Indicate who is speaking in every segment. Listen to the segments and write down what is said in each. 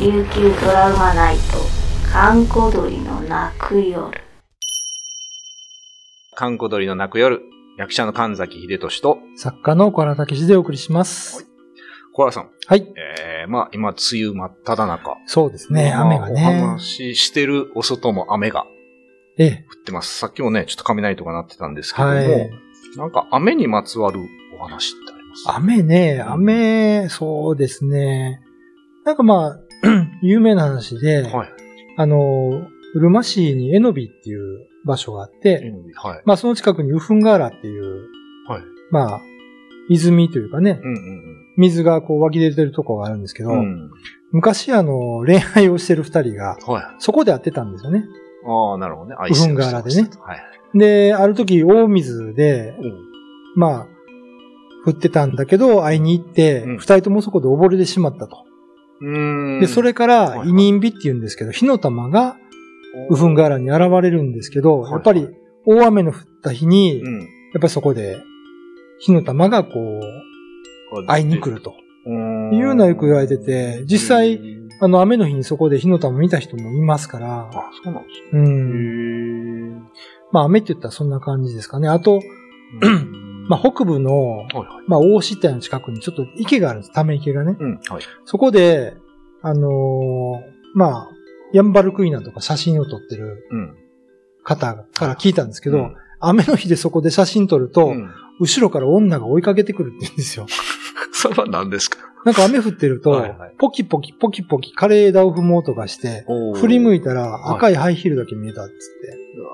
Speaker 1: 琉球ドラマナイト閑古鳥の泣く夜
Speaker 2: 韓国鳥の泣く夜、役者の神崎秀俊と、
Speaker 3: 作家の小原武史でお送りします。
Speaker 2: 小原さん、
Speaker 3: はい。
Speaker 2: えー、まあ今、梅雨真っ只中。
Speaker 3: そうですね、
Speaker 2: まあ
Speaker 3: 雨が
Speaker 2: お
Speaker 3: ね。
Speaker 2: 話ししてるお外も雨が降
Speaker 3: ええ。
Speaker 2: ってます。さっきもね、ちょっと雷とか鳴ってたんですけども、
Speaker 3: はい。
Speaker 2: なんか雨にまつわるお話ってあります
Speaker 3: 雨ね、雨、そうですね。なんかまあ、 有名な話で、
Speaker 2: はい。
Speaker 3: あの、うるま市にエノビっていう場所があって、
Speaker 2: はい。
Speaker 3: まあその近くにウフンガーラっていう、
Speaker 2: はい。
Speaker 3: まあ、泉というかね
Speaker 2: う、んうん
Speaker 3: 水がこう湧き出てるとこがあるんですけど、
Speaker 2: うん。うん。
Speaker 3: 昔あの、恋愛をしてる二人が、
Speaker 2: はい。
Speaker 3: そこで会ってたんですよね。
Speaker 2: ああ、なるほどね。ア
Speaker 3: ウフンガーラでね
Speaker 2: はい。
Speaker 3: で、ある時、大水で、まあ、降ってたんだけど、会いに行って、
Speaker 2: う
Speaker 3: 二、
Speaker 2: ん
Speaker 3: 人ともそこで溺れてしまったと。
Speaker 2: うん。
Speaker 3: で、それか
Speaker 2: い
Speaker 3: ら、
Speaker 2: はい
Speaker 3: 委任日って言うんですけど、火の玉が、ウフン
Speaker 2: が、
Speaker 3: ガーラに現れるんですけど、
Speaker 2: はい
Speaker 3: やっぱり、大雨の降った日に、
Speaker 2: う
Speaker 3: やっ
Speaker 2: ん。
Speaker 3: ぱりそこで、火の玉がこう、会いに来ると。
Speaker 2: うん。
Speaker 3: いうのはよく言われてて実際
Speaker 2: うん
Speaker 3: あの、雨の日にそこで火の玉見た人もいますから、
Speaker 2: あ、そうなんですね。
Speaker 3: うん。
Speaker 2: へー
Speaker 3: まあ、雨って言ったらそんな感じですかね。あと、
Speaker 2: うん
Speaker 3: まあ、北部の、
Speaker 2: はいはい。
Speaker 3: まあ、大市っての近くにちょっと池があるんです。ため池がね。
Speaker 2: うん、はい。
Speaker 3: そこで、あのーまあ、ヤンバルクイナとか写真を撮ってる
Speaker 2: うん。
Speaker 3: 方から聞いたんですけど、
Speaker 2: うん
Speaker 3: 雨の日でそこで写真撮ると、
Speaker 2: うん
Speaker 3: 後ろから女が追いかけてくるって言うんですよ。
Speaker 2: それは何ですか
Speaker 3: なんか雨降ってると、
Speaker 2: はいはい
Speaker 3: ポキポキポキポキ枯れ枝を踏もうとかして、振り向いたら赤いハイヒールだけ見えたっつって。
Speaker 2: うわ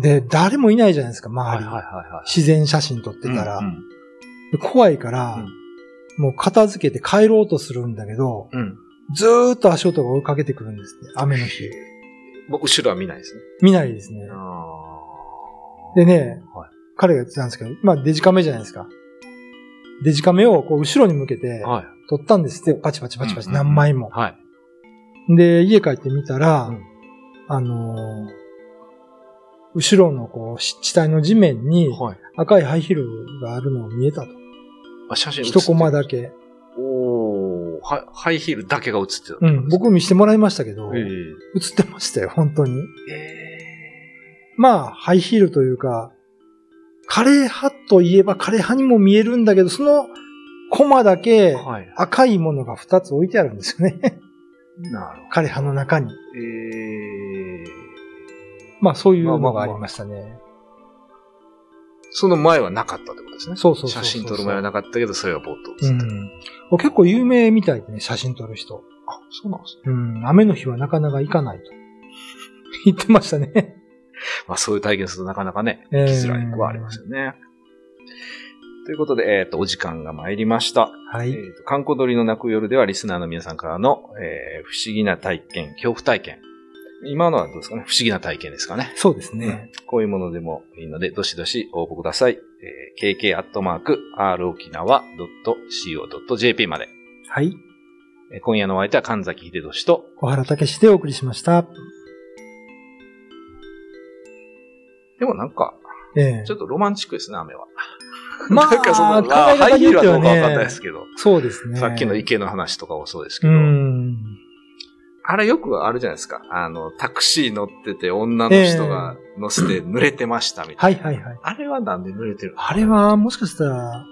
Speaker 3: で、誰もいないじゃないですか、
Speaker 2: はい
Speaker 3: 周
Speaker 2: はい
Speaker 3: り。
Speaker 2: はいはい。
Speaker 3: 自然写真撮ってたら。
Speaker 2: うん
Speaker 3: で怖いから、もう片付けて帰ろうとするんだけど、
Speaker 2: うん。うん
Speaker 3: ずーっと足音が追いかけてくるんですね、雨の日。
Speaker 2: もう後ろは見ないですね。
Speaker 3: 見ないですね。でね、
Speaker 2: はい
Speaker 3: 彼が言ってたんですけど、まあデジカメじゃないですか。デジカメをこう後ろに向けて
Speaker 2: はい。
Speaker 3: 撮ったんですって、パチパチパチパチ
Speaker 2: うんうんうん
Speaker 3: 何枚も。
Speaker 2: はい。
Speaker 3: で、家帰ってみたら、
Speaker 2: うん
Speaker 3: あのー後ろのこう湿地帯の地面に
Speaker 2: はい。
Speaker 3: 赤いハイヒールがあるのを見えたと。
Speaker 2: あ、写真
Speaker 3: 一コマ
Speaker 2: だ。
Speaker 3: だけ。
Speaker 2: おーはハイヒールだけが映ってた。
Speaker 3: うん、僕見してもらいましたけど、
Speaker 2: え
Speaker 3: 映ってましたよ、本当に。
Speaker 2: ええ
Speaker 3: まあ、ハイヒールというか、枯れ葉といえば枯れ葉にも見えるんだけど、そのコマだけ
Speaker 2: えはい。
Speaker 3: 赤いものが2つ置いてあるんですよね。
Speaker 2: なるほ
Speaker 3: 枯れ葉の中に。
Speaker 2: ど。ええ
Speaker 3: まあ、そういうのがありましたね。
Speaker 2: その前はなかったってことですね。
Speaker 3: そうそうそうそう
Speaker 2: 写真撮る前はなかったけど、それはぼーっと
Speaker 3: う
Speaker 2: 映ってた。
Speaker 3: ん。結構有名みたいでね、写真撮る人。
Speaker 2: あ、そうなんですね。
Speaker 3: うん。雨の日はなかなか行かないと。 言ってましたね。
Speaker 2: まあそういう体験するとなかなかね、
Speaker 3: えー
Speaker 2: 生きづらいとこはありますよね。ということで、えっ、と、お時間が参りました。
Speaker 3: は
Speaker 2: えっ、
Speaker 3: い。
Speaker 2: と、観光鳥の泣く夜ではリスナーの皆さんからの、えー不思議な体験、恐怖体験。今のはどうですかね不思議な体験ですかね。
Speaker 3: そうですね。
Speaker 2: こういうものでもいいので、どしどし応募ください。えー、kk.rokinawa.co.jp まで。
Speaker 3: はい。
Speaker 2: えー今夜のお相手は神崎秀俊と、
Speaker 3: 小原武史でお送りしました。
Speaker 2: でもなんか、
Speaker 3: ええ
Speaker 2: ちょっとロマンチックですね、雨は。
Speaker 3: まあ、
Speaker 2: なんかその、
Speaker 3: 考
Speaker 2: まあ
Speaker 3: え
Speaker 2: ハ
Speaker 3: 方
Speaker 2: イ
Speaker 3: に
Speaker 2: ヒー
Speaker 3: よ
Speaker 2: ル
Speaker 3: っ
Speaker 2: は
Speaker 3: て
Speaker 2: どう
Speaker 3: は
Speaker 2: かわかんないで
Speaker 3: ね
Speaker 2: す。けど。
Speaker 3: そうですね。
Speaker 2: さっきの池の話とかもそうですけ
Speaker 3: う
Speaker 2: ど、
Speaker 3: ん。
Speaker 2: あれよくあるじゃないですか。あの、タクシー乗ってて女の人が乗せて濡れてましたみた
Speaker 3: はいい
Speaker 2: な。
Speaker 3: はいはい。
Speaker 2: あれはなんで濡れてる
Speaker 3: あれは、もしかしたら、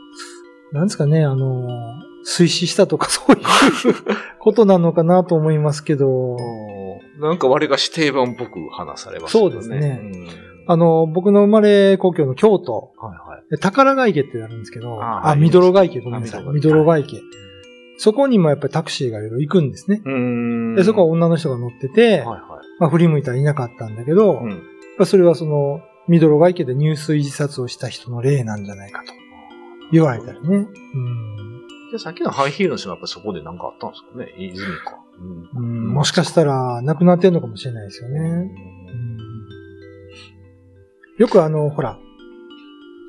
Speaker 3: なんですかね、あの、水死したとか そういうことなのかなと思いますけど、
Speaker 2: おーなんか我が指定版僕話されますよね。
Speaker 3: そうですね
Speaker 2: ん
Speaker 3: あの、僕の生まれ故郷の京都、
Speaker 2: はいはい。
Speaker 3: で宝ヶ池ってあるんですけど、
Speaker 2: あ
Speaker 3: あ、
Speaker 2: はい
Speaker 3: ミドロガ池、ごめんなさい。
Speaker 2: あ
Speaker 3: ミ
Speaker 2: ミ
Speaker 3: ド
Speaker 2: ド
Speaker 3: ロ
Speaker 2: ロ
Speaker 3: ガ
Speaker 2: ガ
Speaker 3: 池。そこにもやっぱりタクシーがいろいろ行くんですね。
Speaker 2: うーん。
Speaker 3: で、そこは女の人が乗ってて、
Speaker 2: はいは
Speaker 3: まあ振り向いたらいなかったんだけど、
Speaker 2: い。う
Speaker 3: ま
Speaker 2: ん。
Speaker 3: あそれはその、ミドロガ池で入水自殺をした人の例なんじゃないかと言われたりね。
Speaker 2: じゃあさっきのハイヒールの人はやっぱりそこでなんかあったんですかね泉か。うん
Speaker 3: うんうんもしかしたら亡くなってんのかもしれないですよね。うんよくあの、ほら、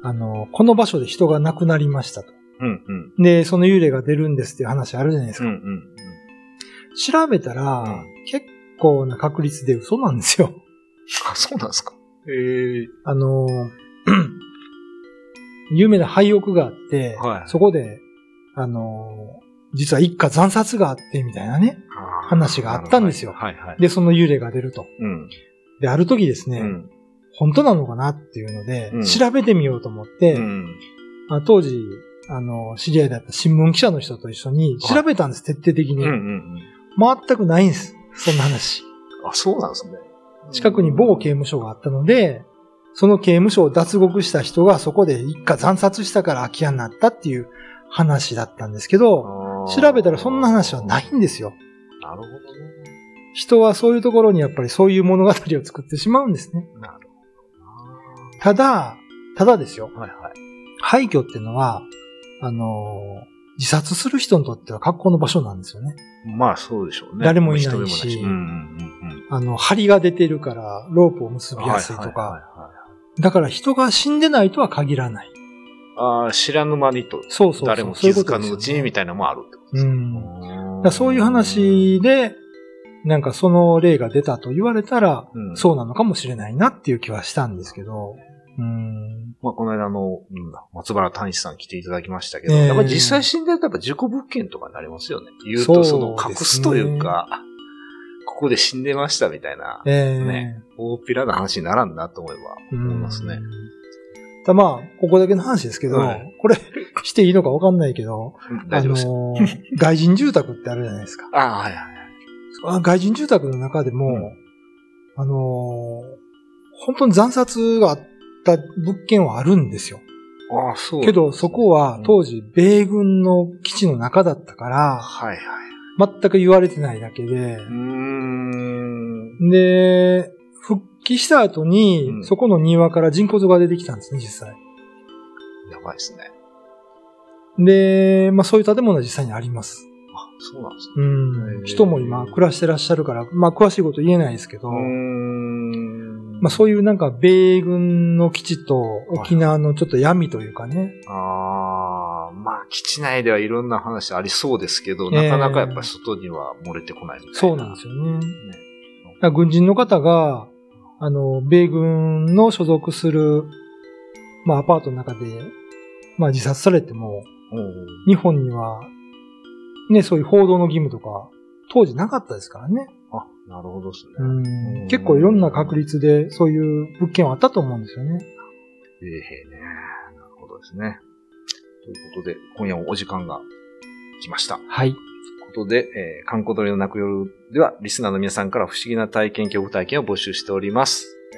Speaker 3: あの、この場所で人が亡くなりましたと。
Speaker 2: うんうん。
Speaker 3: で、その幽霊が出るんですっていう話あるじゃないです
Speaker 2: う
Speaker 3: か
Speaker 2: ん。うん。
Speaker 3: 調べたら、
Speaker 2: うん
Speaker 3: 結構な確率で嘘なんですよ。
Speaker 2: あ、そうなんですか。ええ。
Speaker 3: あのー、有名な廃屋があって、
Speaker 2: はい
Speaker 3: そこで、あのー、実は一家惨殺があってみたいなね、
Speaker 2: あ
Speaker 3: 話があったんですよ
Speaker 2: はいはい。
Speaker 3: で、その幽霊が出ると。
Speaker 2: うん。
Speaker 3: で、ある時ですね、
Speaker 2: うん。
Speaker 3: 本当なのかなっていうので、
Speaker 2: うん
Speaker 3: 調べてみようと思って、
Speaker 2: うん。
Speaker 3: あ当時、あの、知り合いだった新聞記者の人と一緒に調べたんです、徹底的
Speaker 2: うん
Speaker 3: に。
Speaker 2: うんうん。
Speaker 3: 全くないんです。そんな話。
Speaker 2: あ、そうなんですね。。
Speaker 3: 近くに某刑務所があったので、その刑務所を脱獄した人がそこで一家惨殺したから空き家になったっていう話だったんですけど、調べたらそんな話はないいんですよ。
Speaker 2: なるほどね。
Speaker 3: 人はそういうところにやっぱりそういう物語を作ってしまうんですね。
Speaker 2: なるほ
Speaker 3: ただ、ただですよ。
Speaker 2: どな。はいはい。
Speaker 3: 廃墟ってのは、あのー自殺する人にとっては格好の場所なんですよね。
Speaker 2: まあそうでしょうね。
Speaker 3: 誰もいないし
Speaker 2: 人目もうんうんうん
Speaker 3: あの、梁が出てるからロープを結
Speaker 2: うん。
Speaker 3: びやすいと
Speaker 2: は
Speaker 3: か。
Speaker 2: ははいはい
Speaker 3: だから人が死んでないとは限らない。
Speaker 2: ああ、知らぬ間にと。
Speaker 3: そうそうそう。
Speaker 2: 誰も気づかぬう
Speaker 3: そ
Speaker 2: ちに
Speaker 3: ういうことですよね
Speaker 2: みたいなのもあるってこと
Speaker 3: う
Speaker 2: ね
Speaker 3: ん。だからそういう。話で、なんかその例が出たと言われたら、
Speaker 2: うん
Speaker 3: そうなのかもしれないなっていう気はしたんですけど、うん。
Speaker 2: まあ、この間あの、うん松原谷さん来ていただきましたけど、
Speaker 3: ええ
Speaker 2: やっぱ実際死んでるとやっぱ事故物件とかになりますよね。言うとその
Speaker 3: そう
Speaker 2: 隠
Speaker 3: です
Speaker 2: す
Speaker 3: ね
Speaker 2: というか、ここで死んでましたみたいな、
Speaker 3: えー
Speaker 2: ね大っぴらな話にならんなと思えば思いますね。。
Speaker 3: ただまあ、ここだけの話ですけど、
Speaker 2: はい
Speaker 3: これ していいのかわかんないけど、
Speaker 2: うん大丈夫です
Speaker 3: あ
Speaker 2: か
Speaker 3: のー外人住宅ってあるじゃないですか。
Speaker 2: ああ、はいはい。
Speaker 3: あ外人住宅の中でも、
Speaker 2: うん
Speaker 3: あのー本当に惨殺があった物件はあるんですよ。
Speaker 2: ああ、そう。
Speaker 3: けど、そこは当時、米軍の基地の中だったから、
Speaker 2: はいはい。
Speaker 3: 全く言われてないだけで、
Speaker 2: うーん。
Speaker 3: で、復帰した後に、
Speaker 2: うん
Speaker 3: そこの庭から人骨が出てきたんですね、実際。
Speaker 2: やばいですね。
Speaker 3: で、まあそういう建物は実際にあります。
Speaker 2: あ、そうなんですね。
Speaker 3: う
Speaker 2: へ
Speaker 3: ん。
Speaker 2: ー
Speaker 3: 人も今暮らしてらっしゃるから、まあ詳しいこと言えないですけど、
Speaker 2: ん
Speaker 3: まあそう
Speaker 2: いう。
Speaker 3: いうなんか米軍の基地と沖縄のちょっと闇というかね、
Speaker 2: ああ、まあ、基地内ではいろんな話ありそうですけど、
Speaker 3: ええ
Speaker 2: なかなかやっぱり外には漏れてこないみたいな。
Speaker 3: そうなんです
Speaker 2: よ。
Speaker 3: よね。だから軍人の方が、あの、米軍の所属する、まあアパートの中で、まあ自殺されても、
Speaker 2: おう
Speaker 3: 日本には、ね、そういう報道の義務とか、当時なかったですからね。
Speaker 2: あ、なるほどですね。
Speaker 3: うん結構いろんな確率でそういう物件はあったと思うんですよね。
Speaker 2: ええね。なるほどですね。ということで、今夜もお時間が来ました。
Speaker 3: はい。
Speaker 2: ということで、えー、観光鳥の泣く夜では、リスナーの皆さんから不思議な体験、恐怖体験を募集しております。え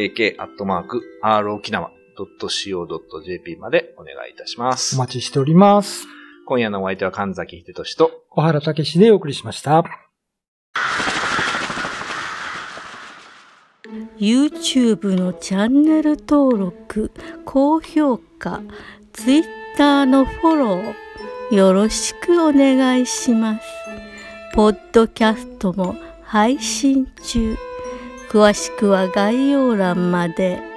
Speaker 2: ー、kk.rokinawa.co.jp までお願いいたしま
Speaker 3: お
Speaker 2: す。
Speaker 3: 待ちしております。
Speaker 2: 今夜のお相手は神崎秀俊と、
Speaker 3: 小原武史でお送りしました。
Speaker 4: YouTube のチャンネル登録高評価 Twitter のフォローよろしくお願いしますポッドキャストも配信中詳しくは概要欄まで。